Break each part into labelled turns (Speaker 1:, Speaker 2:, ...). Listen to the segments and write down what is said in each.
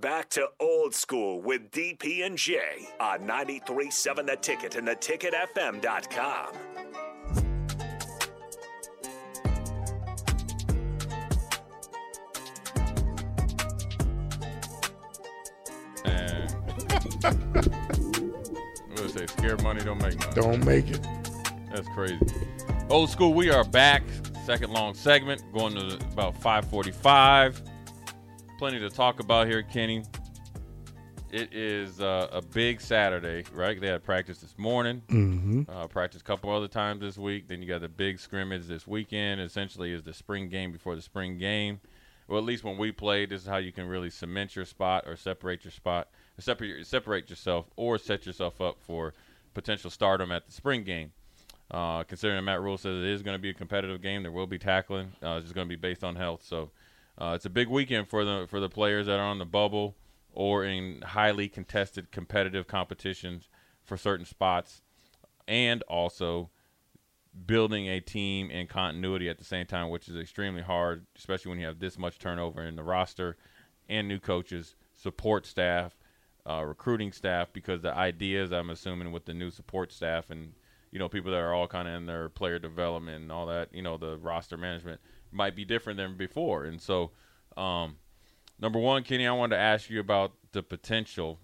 Speaker 1: back to old school with DP and J on 93.7 The Ticket and theticketfm.com.
Speaker 2: And what is it? Scared money don't make money.
Speaker 3: Don't make it.
Speaker 2: That's crazy. Old school. We are back. Second long segment going to about 5:45. Plenty to talk about here, Kenny. It is uh, a big Saturday, right? They had practice this morning.
Speaker 3: Mm-hmm.
Speaker 2: Uh, practice a couple other times this week. Then you got the big scrimmage this weekend. Essentially, is the spring game before the spring game. Well, at least when we played, this is how you can really cement your spot or separate your spot, or separate separate yourself, or set yourself up for potential stardom at the spring game. Uh, considering Matt Rule says it is going to be a competitive game, there will be tackling. Uh, it's just going to be based on health. So uh, it's a big weekend for the for the players that are on the bubble or in highly contested competitive competitions for certain spots, and also building a team and continuity at the same time, which is extremely hard, especially when you have this much turnover in the roster and new coaches, support staff, uh, recruiting staff, because the ideas I'm assuming with the new support staff and you know people that are all kind of in their player development and all that, you know, the roster management might be different than before, and so. Um, Number one, Kenny, I wanted to ask you about the potential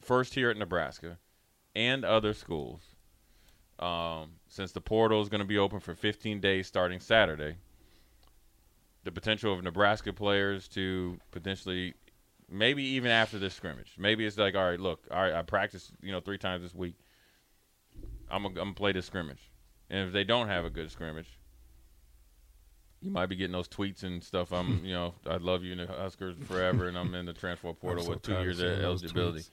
Speaker 2: first here at Nebraska and other schools. Um, since the portal is going to be open for 15 days starting Saturday, the potential of Nebraska players to potentially, maybe even after this scrimmage, maybe it's like, all right, look, all right, I practiced, you know, three times this week. I'm gonna, I'm gonna play this scrimmage, and if they don't have a good scrimmage, you might be getting those tweets and stuff. I'm, you know, I love you, and the Huskers forever, and I'm in the transfer portal
Speaker 4: so
Speaker 2: with two
Speaker 4: tired of
Speaker 2: years
Speaker 4: seeing
Speaker 2: of
Speaker 4: those
Speaker 2: eligibility.
Speaker 4: tweets.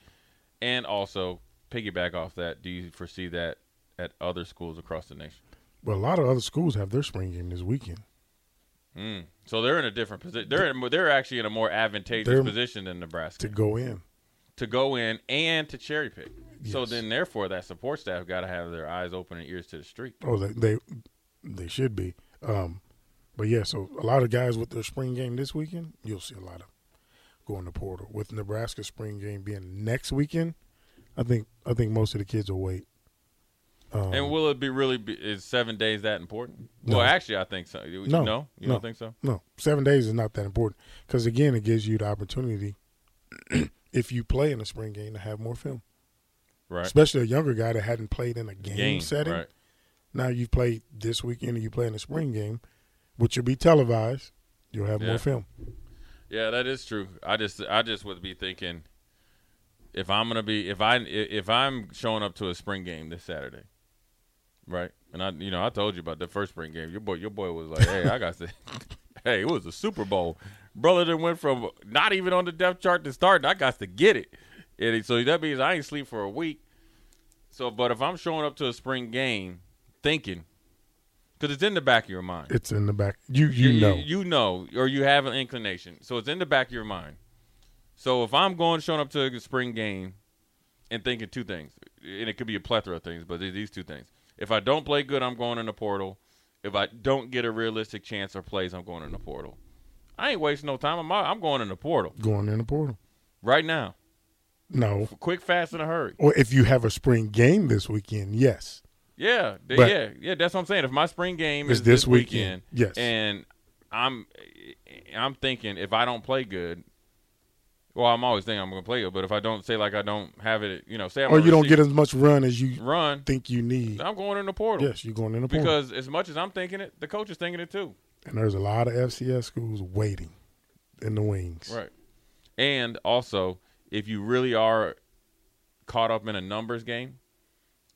Speaker 2: And also, piggyback off that, do you foresee that at other schools across the nation?
Speaker 3: But a lot of other schools have their spring game this weekend.
Speaker 2: Mm. So they're in a different position. They're in, they're actually in a more advantageous
Speaker 3: They're-
Speaker 2: position than Nebraska
Speaker 3: to
Speaker 2: to,
Speaker 3: go in.
Speaker 2: go in and to cherry pick. So
Speaker 3: Yes.
Speaker 2: then, therefore, that support staff got to have their eyes open and ears to the street.
Speaker 3: Oh, they they, they should be. Um, but yeah, so a lot of guys with their spring game this weekend, you'll see a lot of going to portal. With Nebraska spring game being next weekend, I think I think most of the kids will wait. Um,
Speaker 2: and will it be really? Be, is seven days that important?
Speaker 3: No.
Speaker 2: Well, actually, I think so. You-
Speaker 3: No.
Speaker 2: no, you
Speaker 3: No.
Speaker 2: don't think so.
Speaker 3: no, seven days is not that important because again, it gives you the opportunity if you play in the spring game to have more film,
Speaker 2: Right.
Speaker 3: especially a younger guy that hadn't played in a game, setting.
Speaker 2: Right.
Speaker 3: Now you've played this weekend and you play in the spring game, which will be televised. You'll have
Speaker 2: Yeah.
Speaker 3: more film.
Speaker 2: Yeah, that is true. I just I just would be thinking if I'm gonna be if I if I'm showing up to a spring game this Saturday, right? And I you know I told you about the first spring game. Your boy your boy was like, hey, I got to, hey, it was a Super Bowl, brother. That went from not even on the depth chart to starting. I got to get it, and it- so that means I ain't sleep for a week. So, but if I'm showing up to a spring game thinking, because it's in the back of your mind,
Speaker 3: It's in the back. You you, know.
Speaker 2: you, know, or you have an inclination. So it's in the back of your mind. So if I'm going showing up to a spring game and thinking two things, and it could be a plethora of things, but these two things: if I don't play good, I'm going in the portal. If I don't get a realistic chance or plays, I'm going in the portal. I ain't wasting no time. I'm out- I'm going in the portal
Speaker 3: going in the portal.
Speaker 2: right now,
Speaker 3: No.
Speaker 2: quick, fast, in a hurry.
Speaker 3: Or if you have a spring game this weekend, yes.
Speaker 2: Yeah, th-
Speaker 3: But-
Speaker 2: yeah, yeah. That's what I'm saying. If my spring game
Speaker 3: It's
Speaker 2: is
Speaker 3: this
Speaker 2: this weekend,
Speaker 3: weekend, yes.
Speaker 2: and I'm, I'm thinking if I don't play good, well, I'm always thinking I'm going to play good. But if I don't say like I don't have it, you know, say I'm
Speaker 3: Or
Speaker 2: a
Speaker 3: you don't get
Speaker 2: receiver,
Speaker 3: as much run as you
Speaker 2: run,
Speaker 3: think you need.
Speaker 2: I'm going in the portal.
Speaker 3: Yes, you're going in the portal.
Speaker 2: because as much as I'm thinking it, the coach is thinking it too.
Speaker 3: and there's a lot of FCS schools waiting in the wings.
Speaker 2: Right. And also, if you really are caught up in a numbers game,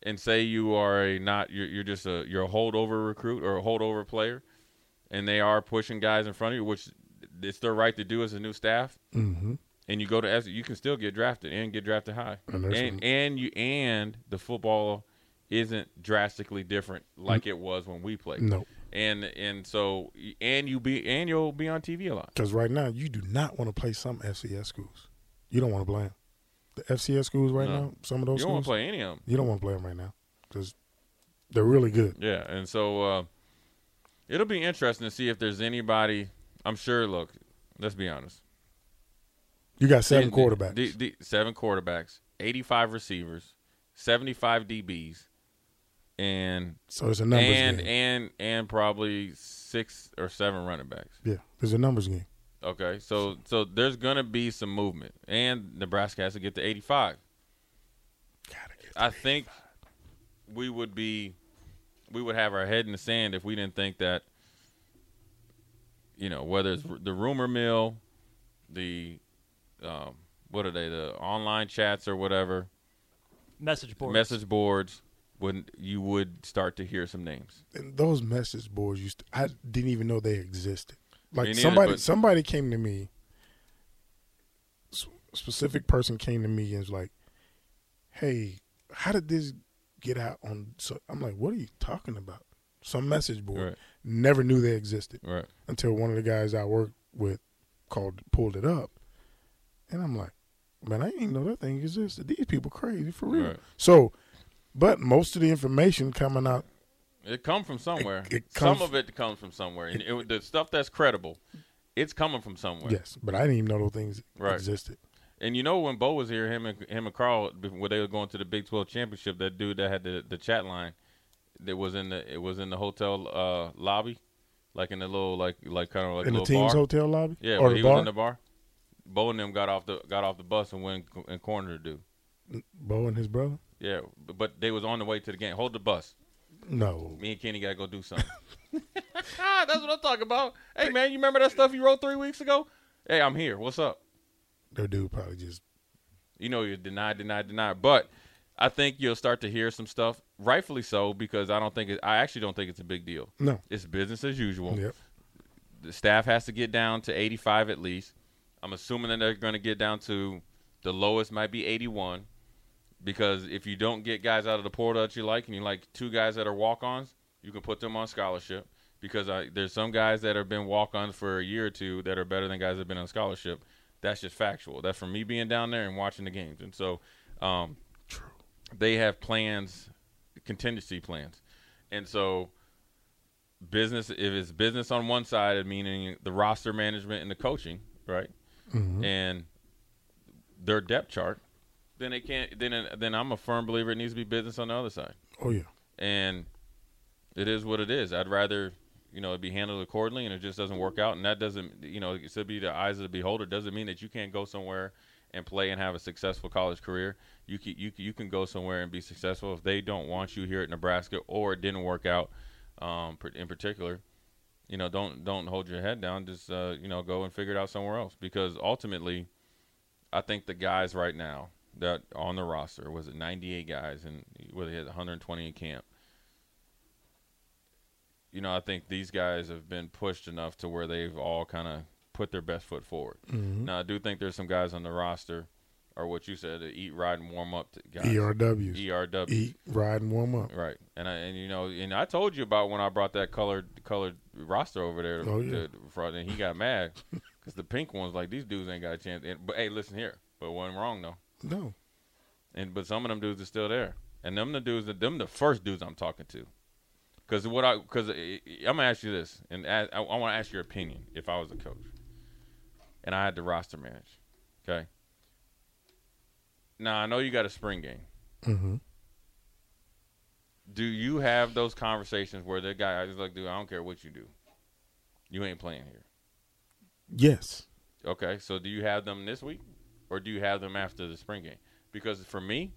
Speaker 2: and say you are a not you're, you're just a you're a holdover recruit or a holdover player, and they are pushing guys in front of you, which it's their right to do as a new staff.
Speaker 3: Mm-hmm.
Speaker 2: And you go to S, you can still get drafted and get drafted high,
Speaker 3: And there's some-
Speaker 2: and and you and the football isn't drastically different like it was when we played.
Speaker 3: No.
Speaker 2: And and so and you be and you'll be on TV a lot.
Speaker 3: Because right now, you do not want to play some FCS schools. You don't want to play them. The FCS schools right
Speaker 2: No.
Speaker 3: now, some of those
Speaker 2: you don't want
Speaker 3: schools,
Speaker 2: to play any of them.
Speaker 3: you don't want to play them right now because they're really good.
Speaker 2: Yeah, and so uh, it'll be interesting to see if there's anybody. I'm sure. Look, let's be honest.
Speaker 3: You got seven
Speaker 2: Then-
Speaker 3: quarterbacks.
Speaker 2: the- the- seven quarterbacks, 85 receivers, 75 DBs, and
Speaker 3: so it's a numbers
Speaker 2: and
Speaker 3: game.
Speaker 2: and and probably six or seven running backs.
Speaker 3: yeah, there's a numbers game.
Speaker 2: Okay, so so there's gonna be some movement, and Nebraska has to get to 85.
Speaker 3: Gotta get
Speaker 2: I think we would be we would have our head in the sand if we didn't think that you know whether it's r- the rumor mill, the um, what are they the online chats or whatever
Speaker 4: Message board.
Speaker 2: message boards when you would start to hear some names.
Speaker 3: and those message boards used to, I didn't even know they existed. Like
Speaker 2: Me neither,
Speaker 3: somebody
Speaker 2: but-
Speaker 3: somebody came to me s- specific person came to me and was like, "Hey, how did this get out on so I'm like, "What are you talking about?" Some message board.
Speaker 2: Right.
Speaker 3: Never knew they existed
Speaker 2: Right.
Speaker 3: until one of the guys I worked with called pulled it up. And I'm like, "Man, I didn't even know that thing existed. These people crazy for real."
Speaker 2: Right.
Speaker 3: So, but most of the information coming out
Speaker 2: It come from somewhere.
Speaker 3: it
Speaker 2: some
Speaker 3: comes-
Speaker 2: of it comes from somewhere. And it, the stuff that's credible, it's coming from somewhere.
Speaker 3: Yes, but I didn't even know those things
Speaker 2: Right.
Speaker 3: existed.
Speaker 2: And you know when Bo was here, him and him and Carl, when they were going to the Big Twelve championship, that dude that had the, the chat line, that was in the it was in the hotel uh, lobby, like in the little like like kind of like
Speaker 3: in
Speaker 2: a
Speaker 3: the
Speaker 2: little
Speaker 3: team's
Speaker 2: bar.
Speaker 3: hotel lobby?
Speaker 2: Yeah,
Speaker 3: or
Speaker 2: when
Speaker 3: the
Speaker 2: he
Speaker 3: bar?
Speaker 2: was in the bar. Bo and them got off the got off the bus and went and cornered the dude.
Speaker 3: Bo and his brother?
Speaker 2: Yeah, but they was on the way to the game. Hold the bus.
Speaker 3: No.
Speaker 2: Me and Kenny gotta go do something. That's what I'm talking about. Hey man, you remember that stuff you wrote three weeks ago? Hey, I'm here. What's up?
Speaker 3: Their dude probably just
Speaker 2: you know you deny deny deny but i think you'll start to hear some stuff rightfully so because i don't think it, i actually don't think it's a big deal
Speaker 3: no.
Speaker 2: it's business as usual
Speaker 3: Yep.
Speaker 2: the staff has to get down to 85 at least i'm assuming that they're going to get down to the lowest might be 81 because if you don't get guys out of the portal that you like and you like two guys that are walk-ons you can put them on scholarship because I, there's some guys that have been walk-ons for a year or two that are better than guys that have been on scholarship that's just factual that's from me being down there and watching the games and so um,
Speaker 3: True.
Speaker 2: they have plans, contingency plans, and so business. If it's business on one side, meaning the roster management and the coaching, right,
Speaker 3: Mhm.
Speaker 2: and their depth chart, then they can't. Then then I'm a firm believer it needs to be business on the other side,
Speaker 3: Oh yeah.
Speaker 2: and it is what it is. I'd rather you know it be handled accordingly, and it just doesn't work out, and that doesn't you know it should be the eyes of the beholder. Doesn't mean that you can't go somewhere and play and have a successful college career. You can, you can, you can go somewhere and be successful if they don't want you here at Nebraska or it didn't work out um, par- in particular. You know, don't don't hold your head down. Just uh, you know, go and figure it out somewhere else because ultimately, I think the guys right now that are on the roster was it 98 guys and well they had 120 in camp. You know, I think these guys have been pushed enough to where they've all kind of put their best foot forward.
Speaker 3: Mhm.
Speaker 2: Now I do think there's some guys on the roster, or what you said, the eat, ride, and warm up t- guys.
Speaker 3: ERWs.
Speaker 2: ERW.
Speaker 3: E Eat, ride, and warm up.
Speaker 2: Right, and I and you know, and I told you about when I brought that colored colored roster over there.
Speaker 3: Oh, yeah.
Speaker 2: to, for- and he got mad because the pink ones like these dudes ain't got a chance. And, but hey, listen here, but wasn't wrong though.
Speaker 3: No.
Speaker 2: And but some of them dudes are still there, and them the dudes, that them the first dudes I'm talking to. Because what I because I'm gonna ask you this, and a- I, want to ask your opinion if I was a coach, and I had to roster manage. Okay. Now I know you got a spring game.
Speaker 3: hmm
Speaker 2: Do you have those conversations where the guy is like, dude, I don't care what you do. You ain't playing here.
Speaker 3: Yes.
Speaker 2: Okay. So do you have them this week or do you have them after the spring game? Because for me,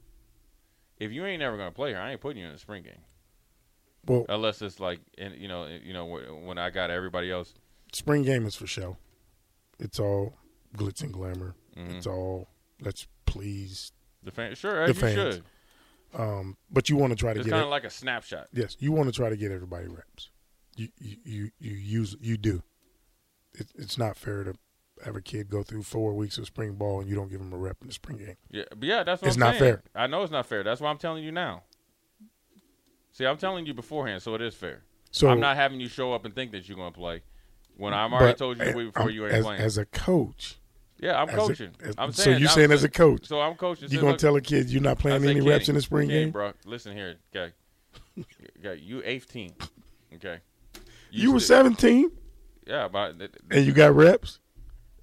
Speaker 2: if you ain't never going to play here, I ain't putting you in the spring game.
Speaker 3: Well,
Speaker 2: Unless it's like, in, you know, you know, wh- when I got everybody else.
Speaker 3: spring game is for show. It's all glitz and glamour.
Speaker 2: Mhm.
Speaker 3: It's all let's please.
Speaker 2: The fan, sure, as
Speaker 3: The
Speaker 2: you
Speaker 3: fans.
Speaker 2: should.
Speaker 3: Um, but you want to try to
Speaker 2: It's
Speaker 3: get
Speaker 2: kind
Speaker 3: it.
Speaker 2: of like a snapshot.
Speaker 3: Yes, you want to try to get everybody reps. You you you, you use you do. It, it's not fair to have a kid go through four weeks of spring ball and you don't give him a rep in the spring game.
Speaker 2: Yeah, but yeah, that's what
Speaker 3: It's
Speaker 2: I'm
Speaker 3: not
Speaker 2: saying.
Speaker 3: fair.
Speaker 2: I know it's not fair. That's why I'm telling you now. See, I'm telling you beforehand, so it is fair.
Speaker 3: So
Speaker 2: I'm not having you show up and think that you're going to play when I'm already
Speaker 3: but- eh,
Speaker 2: told you the week before
Speaker 3: I'm-
Speaker 2: you ain't
Speaker 3: as,
Speaker 2: playing.
Speaker 3: as a coach.
Speaker 2: yeah, I'm
Speaker 3: as a-
Speaker 2: coaching. i
Speaker 3: as-
Speaker 2: I'm
Speaker 3: so
Speaker 2: saying.
Speaker 3: you're
Speaker 2: I'm-
Speaker 3: saying as a coach,
Speaker 2: So I'm coaching.
Speaker 3: you're
Speaker 2: So
Speaker 3: gonna
Speaker 2: look,
Speaker 3: tell a kid you're not
Speaker 2: I
Speaker 3: playing
Speaker 2: say,
Speaker 3: any reps in the spring
Speaker 2: Kenny,
Speaker 3: game.
Speaker 2: bro. Listen here, okay. okay you 18, okay.
Speaker 3: You were
Speaker 2: said-
Speaker 3: 17
Speaker 2: Yeah, but th- th-
Speaker 3: and you got reps.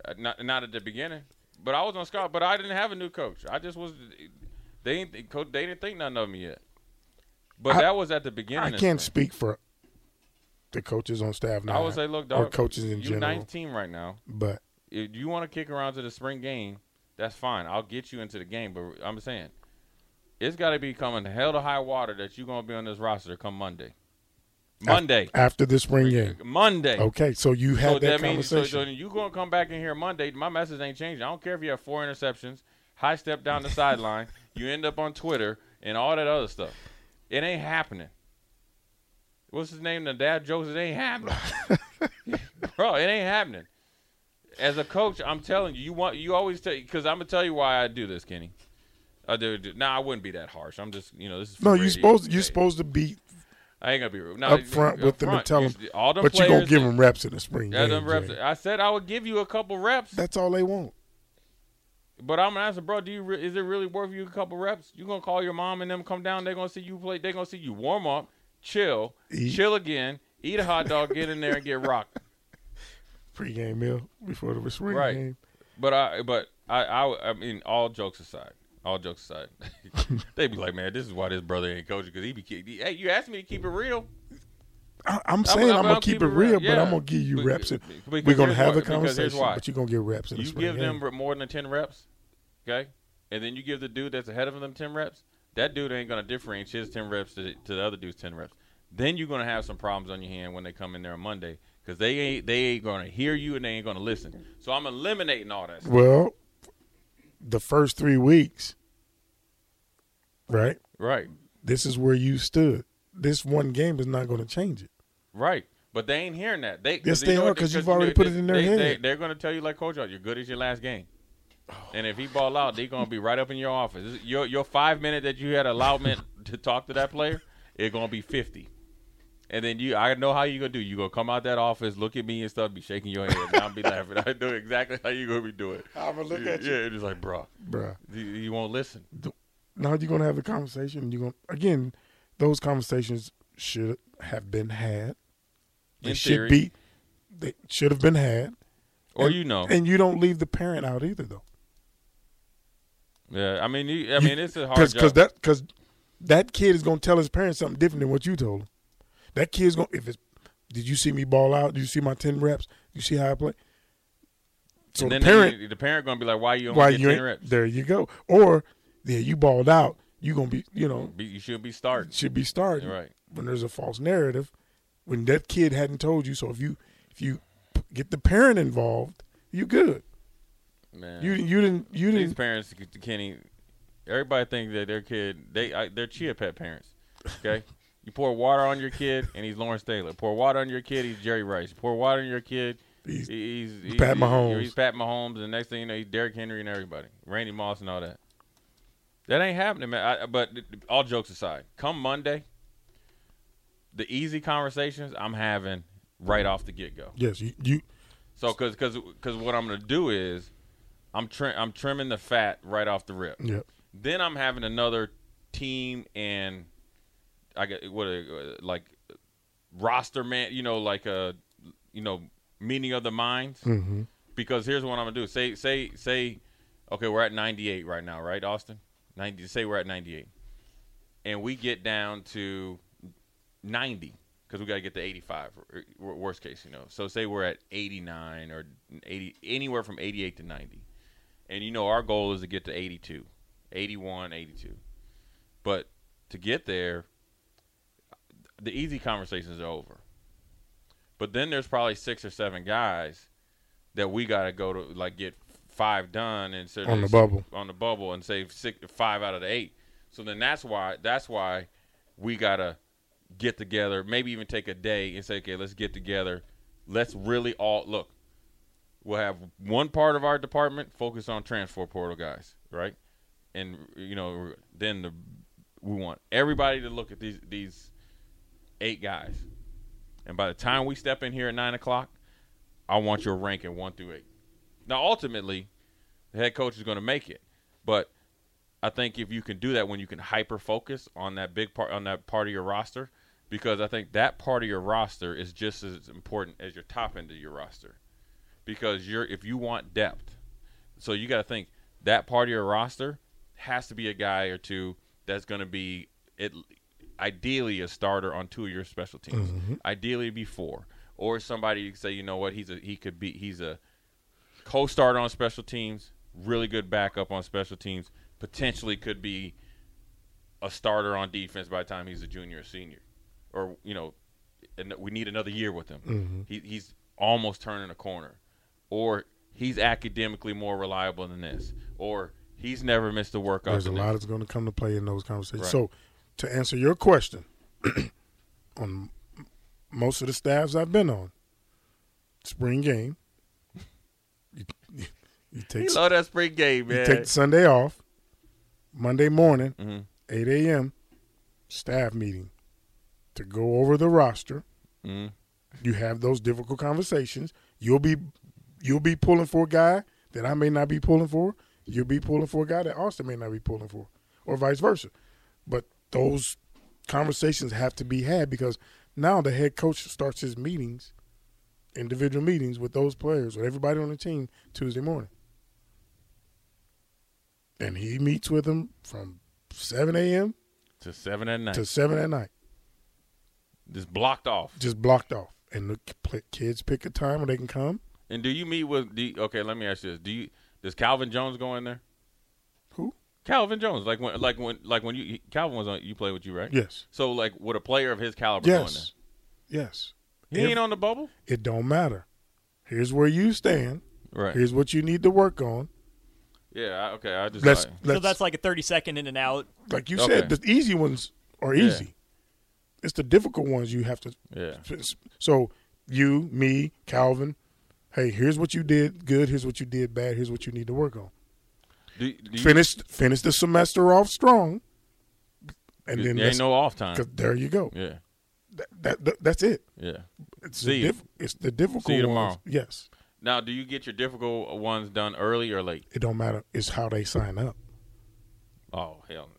Speaker 2: Uh, not not at the beginning. But I was on scout, but I didn't have a new coach. I just was. They didn't think, coach- they didn't think nothing of me yet. But
Speaker 3: I-
Speaker 2: that was at the beginning.
Speaker 3: I
Speaker 2: of
Speaker 3: can't
Speaker 2: spring.
Speaker 3: speak for the coaches on staff now.
Speaker 2: I would say, look,
Speaker 3: or
Speaker 2: dog,
Speaker 3: coaches in
Speaker 2: you
Speaker 3: general.
Speaker 2: 19 right now.
Speaker 3: But
Speaker 2: If you want to kick around to the spring game, that's fine. I'll get you into the game. But I'm saying, it's got to be coming hell to high water that you're gonna be on this roster come Monday. Monday.
Speaker 3: after the spring game,
Speaker 2: Monday.
Speaker 3: okay. So you had
Speaker 2: So that
Speaker 3: that,
Speaker 2: means so, so
Speaker 3: conversation.
Speaker 2: you gonna come back in here Monday. My message ain't changing. I don't care if you have four interceptions, high step down the sideline, you end up on Twitter and all that other stuff. It ain't happening. What's his name? The dad jokes. It ain't happening, bro. It ain't happening. As a coach, I'm telling you, you want you always tell because I'm gonna tell you why I do this, Kenny. I do. do now I wouldn't be that harsh. I'm just you know this is for
Speaker 3: no, you
Speaker 2: radio.
Speaker 3: supposed you
Speaker 2: Hey,
Speaker 3: supposed to be,
Speaker 2: I ain't gonna be rude. No,
Speaker 3: up front with them and tell
Speaker 2: you
Speaker 3: them,
Speaker 2: should- all them
Speaker 3: but you gonna
Speaker 2: players
Speaker 3: give
Speaker 2: that-
Speaker 3: them reps in the spring
Speaker 2: yeah,
Speaker 3: game.
Speaker 2: them reps.
Speaker 3: Jay.
Speaker 2: I said I would give you a couple reps,
Speaker 3: That's all they want.
Speaker 2: but I'm gonna ask you, bro. Do you re- is it really worth you a couple reps? You gonna call your mom and them come down? They're gonna see you play. They're gonna see you warm up, chill,
Speaker 3: Eat.
Speaker 2: chill again, eat a hot dog, get in there and get rocked.
Speaker 3: Pre-game meal before the spring
Speaker 2: Right.
Speaker 3: game.
Speaker 2: But I, but I, I, I mean, all jokes aside, all jokes aside, they be like, man, this is why this brother ain't coaching because he be. keep- Hey, you asked me to keep it real.
Speaker 3: I, I'm saying I'm,
Speaker 2: I'm-
Speaker 3: gonna
Speaker 2: I'm
Speaker 3: keep it
Speaker 2: keeping it
Speaker 3: real,
Speaker 2: real,
Speaker 3: but
Speaker 2: yeah.
Speaker 3: I'm gonna give you
Speaker 2: Be-
Speaker 3: reps. in-
Speaker 2: because
Speaker 3: We're gonna
Speaker 2: here's
Speaker 3: have
Speaker 2: why-
Speaker 3: a
Speaker 2: because here's
Speaker 3: conversation,
Speaker 2: why.
Speaker 3: but you're gonna get reps in the
Speaker 2: you
Speaker 3: spring
Speaker 2: give them
Speaker 3: game.
Speaker 2: re- more than 10 reps okay and then you give the dude that's ahead of them 10 reps that dude ain't going to differentiate his 10 reps to, to the other dude's 10 reps then you're going to have some problems on your hand when they come in there on monday because they ain't they ain't going to hear you and they ain't going to listen so i'm eliminating all that stuff,
Speaker 3: Well, the first three weeks, right?
Speaker 2: right
Speaker 3: This is where you stood. This one game is not going to change it.
Speaker 2: right but they ain't hearing that they
Speaker 3: Yes,
Speaker 2: 'cause
Speaker 3: they
Speaker 2: know
Speaker 3: are,
Speaker 2: what-
Speaker 3: 'cause you've
Speaker 2: you know
Speaker 3: already put it in their
Speaker 2: they,
Speaker 3: head.
Speaker 2: They, are going to tell you like coach you're good as your last game and if he ball out, they gonna be right up in your office. Your your five minute that you had allowment to talk to that player, it's gonna be fifty. And then you, I know how you gonna do. You gonna come out that office, look at me and stuff, be shaking your head, and I'll be laughing. I know exactly how you gonna be doing.
Speaker 3: I'm gonna
Speaker 2: yeah, yeah, it's like, bro,
Speaker 3: bruh.
Speaker 2: you, you won't listen.
Speaker 3: Now you're going to have a conversation. You're going to again. Those conversations should have been had. They
Speaker 2: In
Speaker 3: should
Speaker 2: theory.
Speaker 3: be. They should have been had.
Speaker 2: Or
Speaker 3: And-
Speaker 2: you know,
Speaker 3: And you don't leave the parent out either, though.
Speaker 2: yeah. I mean, you, I mean, it's a hard
Speaker 3: because
Speaker 2: job.
Speaker 3: because that because that kid is gonna tell his parents something different than what you told him. That kid's gonna if it's did you see me ball out? Did you see my ten reps? You see how I play? So
Speaker 2: and
Speaker 3: the
Speaker 2: then
Speaker 3: parent,
Speaker 2: the, the parent gonna be like, why you only
Speaker 3: why
Speaker 2: get
Speaker 3: you
Speaker 2: ten
Speaker 3: ain't,
Speaker 2: reps?
Speaker 3: there? You go. Or yeah, you balled out. You gonna be you know
Speaker 2: Be, you should be starting,
Speaker 3: should be starting
Speaker 2: right?
Speaker 3: when there's a false narrative when that kid hadn't told you. So if you if you p- get the parent involved, you good.
Speaker 2: Man,
Speaker 3: You you didn't you
Speaker 2: These
Speaker 3: didn't
Speaker 2: parents, Kenny, everybody think that their kid, they I, they're chia pet parents. Okay, you pour water on your kid, and he's Lawrence Taylor. Pour water on your kid, he's Jerry Rice. Pour water on your kid,
Speaker 3: He's-
Speaker 2: he's he's, he's
Speaker 3: Pat Mahomes.
Speaker 2: He's Pat Mahomes. And next thing you know, he's Derrick Henry and everybody, Randy Moss and all that. That ain't happening, man. I, but all jokes aside, come Monday, the easy conversations I'm having right off the get go.
Speaker 3: yes you, you
Speaker 2: So, cause, cause, 'cause what I'm gonna do is, I'm trim, I'm trimming the fat right off the rip.
Speaker 3: yeah
Speaker 2: Then I'm having another team and I got what uh, like roster man, you know, like a you know meaning of the minds.
Speaker 3: hmm
Speaker 2: Because here's what I'm gonna do. Say say say, okay, we're at 98 right now, right, Austin? 90. Say we're at 98, and we get down to 90 because we got to get to 85. or- or Worst case, you know. So say we're at 89 or 80, anywhere from 88 to 90, and you know our goal is to get to 82, 81, 82. But to get there, the easy conversations are over. But then there's probably six or seven guys that we got to go to like get five done and so
Speaker 3: on the
Speaker 2: there's-
Speaker 3: bubble.
Speaker 2: on the bubble and save six, five out of the eight. So then that's why that's why we gotta get together. Maybe even take a day and say, okay, let's get together. Let's really all look. We'll have one part of our department focus on transfer portal guys, right? And you know, then the we want everybody to look at these these eight guys. And by the time we step in here at nine o'clock, I want your ranking one through eight. Now, ultimately, the head coach is going to make it. But I think if you can do that when you can hyper focus on that big part on that part of your roster, because I think that part of your roster is just as important as your top end of your roster, because you're if you want depth. so you got to think that part of your roster has to be a guy or two that's going to be it, ideally a starter on two of your special
Speaker 3: Mm-hmm.
Speaker 2: teams.
Speaker 3: Hmm?
Speaker 2: Ideally, it'd be four or somebody you could say, you know what, he's a he could be he's a co-starter on special teams, really good backup on special teams, potentially could be a starter on defense by the time he's a junior or senior, or you know, and we need another year with him.
Speaker 3: mm-hmm.
Speaker 2: He, he's almost turning a corner, or he's academically more reliable than this, or he's never missed a workout.
Speaker 3: There's a
Speaker 2: than
Speaker 3: lot
Speaker 2: this.
Speaker 3: that's going to come to play in those conversations.
Speaker 2: Right.
Speaker 3: So, to answer your question, on m- most of the staffs I've been on, spring game, you, you, you
Speaker 2: He
Speaker 3: take
Speaker 2: love that spring game,
Speaker 3: you
Speaker 2: man.
Speaker 3: take Mm-hmm. Sunday off, Monday morning,
Speaker 2: Mhm.
Speaker 3: eight a.m. staff meeting to go over the roster.
Speaker 2: Mhm.
Speaker 3: You have those difficult conversations. You'll be you'll be pulling for a guy that I may not be pulling for. You'll be pulling for a guy that Austin may not be pulling for, or vice versa. But those conversations have to be had because now the head coach starts his meetings, individual meetings with those players, with everybody on the team Tuesday morning. And he meets with them from 7 a.m.
Speaker 2: to seven at night,
Speaker 3: to 7 at night
Speaker 2: just blocked off.
Speaker 3: just blocked off. And the k- kids pick a time where they can come.
Speaker 2: And do you meet with? Do you- okay, let me ask you this: Do you does Calvin Jones go in there?
Speaker 3: Who?
Speaker 2: Calvin Jones, like when, like when, like when you he- Calvin was on, you played with you, right?
Speaker 3: Yes.
Speaker 2: So like, would a player of his caliber go in
Speaker 3: Yes. Yes.
Speaker 2: there? He ain't on the bubble,
Speaker 3: It don't matter. Here's where you stand.
Speaker 2: right?
Speaker 3: Here's what you need to work on.
Speaker 2: yeah. I, okay. I just
Speaker 3: Let's,
Speaker 2: like-
Speaker 3: let's
Speaker 4: so that's like a 30 second in and out.
Speaker 3: like you
Speaker 2: Okay.
Speaker 3: said, the easy ones are
Speaker 2: Yeah.
Speaker 3: easy. It's the difficult ones you have to.
Speaker 2: yeah.
Speaker 3: So you, me, Calvin. Hey, here's what you did good. Here's what you did bad. Here's what you need to work on.
Speaker 2: Do, do you,
Speaker 3: Finish finish the semester off strong, and
Speaker 2: you-
Speaker 3: then
Speaker 2: there ain't
Speaker 3: let's-
Speaker 2: no off time.
Speaker 3: 'cause there you go.
Speaker 2: Yeah.
Speaker 3: That, that, that- that's it.
Speaker 2: Yeah.
Speaker 3: It's
Speaker 2: See
Speaker 3: the
Speaker 2: you.
Speaker 3: diff, it's the difficult
Speaker 2: See you
Speaker 3: ones.
Speaker 2: tomorrow.
Speaker 3: Yes,
Speaker 2: Now, do you get your difficult ones done early or late?
Speaker 3: it don't matter. It's how they sign up.
Speaker 2: Oh hell.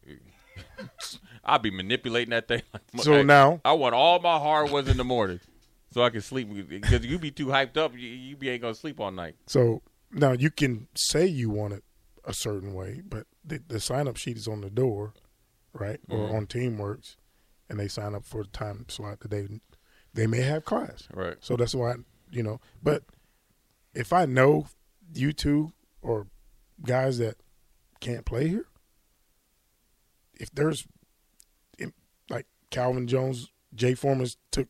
Speaker 2: I'd be manipulating that thing. Like,
Speaker 3: So
Speaker 2: hey,
Speaker 3: now-
Speaker 2: I want all my hard ones in the morning, so I can sleep. Because you be too hyped up, you, you be ain't gonna sleep all night.
Speaker 3: So now you can say you want it a certain way, but the, the sign up sheet is on the door, right? Or on Teamworks, and they sign up for the time slot that they they may have class.
Speaker 2: Right.
Speaker 3: So that's why you know. But if I know you two or guys that can't play here, if there's if, like Calvin Jones, Jay Foreman's took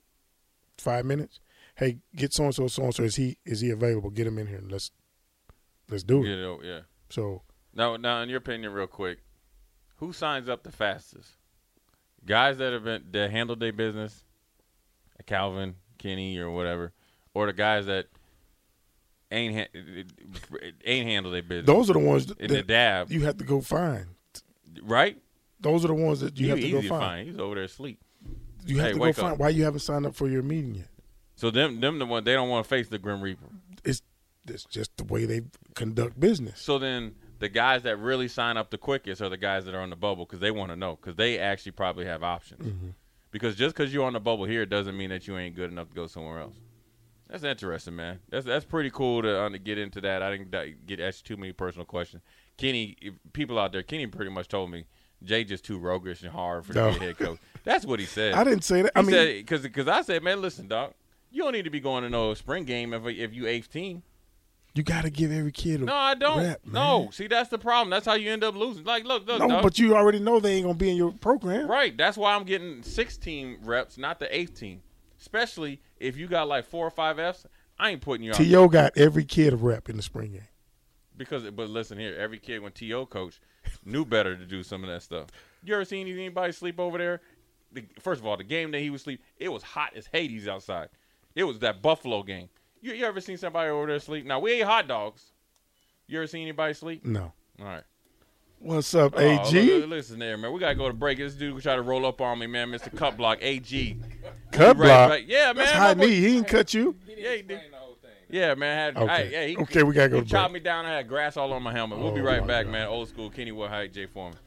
Speaker 3: five minutes. Hey, get so and so, so and so. Is he is he available? Get him in here and let's let's do it.
Speaker 2: You know, yeah.
Speaker 3: So
Speaker 2: Now, now, in your opinion, real quick, who signs up the fastest? Guys that have been that handled their business, a Calvin, Kenny, or whatever, or the guys that ain't ha- ain't handled their business.
Speaker 3: those are the ones that,
Speaker 2: in the dab,
Speaker 3: you have to go find.
Speaker 2: right?
Speaker 3: Those are the ones that you
Speaker 2: He
Speaker 3: have to
Speaker 2: easy
Speaker 3: go
Speaker 2: to
Speaker 3: find.
Speaker 2: find. He's over there asleep.
Speaker 3: You have
Speaker 2: Hey,
Speaker 3: to go
Speaker 2: wake up.
Speaker 3: find why you haven't signed up for your meeting yet.
Speaker 2: So them, them the one they don't want to face the Grim Reaper.
Speaker 3: it's it's just the way they conduct business.
Speaker 2: So then the guys that really sign up the quickest are the guys that are on the bubble because they want to know because they actually probably have options.
Speaker 3: Mm-hmm.
Speaker 2: Because just because you're on the bubble here doesn't mean that you ain't good enough to go somewhere else. That's interesting, man. That's that's pretty cool to, uh, to get into that. I didn't di- get asked too many personal questions. Kenny, if people out there, Kenny pretty much told me Jay just too roguish and hard for the
Speaker 3: No.
Speaker 2: head coach. That's what he said.
Speaker 3: I didn't say that.
Speaker 2: He
Speaker 3: I mean,
Speaker 2: because because I said, man, listen, doc, you don't need to be going to no spring game if if you 18.
Speaker 3: you got to give every kid a
Speaker 2: No, I don't.
Speaker 3: rep, man.
Speaker 2: no, see, that's the problem. That's how you end up losing. Like, look, look,
Speaker 3: no,
Speaker 2: dog.
Speaker 3: but you already know they ain't gonna be in your program.
Speaker 2: right. That's why I'm getting 16 reps, not the 18. Especially if you got like four or five Fs, I ain't putting you on
Speaker 3: To got every kid a rep in the spring game.
Speaker 2: because. But listen here, every kid when To coach knew better to do some of that stuff. You ever seen anybody sleep over there? The, first of all, the game that he was sleep, it was hot as Hades outside. It was that Buffalo game. You, you ever seen somebody over there sleep? Now we ate hot dogs. You ever seen anybody sleep?
Speaker 3: No.
Speaker 2: All right.
Speaker 3: What's up,
Speaker 2: Oh,
Speaker 3: AG?
Speaker 2: li- li- listen there, man. We gotta go to break. This dude try to roll up on me, man. Mr. Cut Block, AG.
Speaker 3: Cut
Speaker 2: Right,
Speaker 3: block.
Speaker 2: right. Yeah, man.
Speaker 3: That's high
Speaker 2: my boy-
Speaker 3: knee. He ain't cut you.
Speaker 2: Yeah, he did. Yeah, man. I had,
Speaker 3: Okay.
Speaker 2: I, yeah, he,
Speaker 3: Okay, we gotta go
Speaker 2: He
Speaker 3: to
Speaker 2: chopped
Speaker 3: break.
Speaker 2: me down. I had grass all on my helmet. We'll be
Speaker 3: Oh,
Speaker 2: right
Speaker 3: my
Speaker 2: back,
Speaker 3: God.
Speaker 2: man. Old school Kenny Wood, Jay Foreman.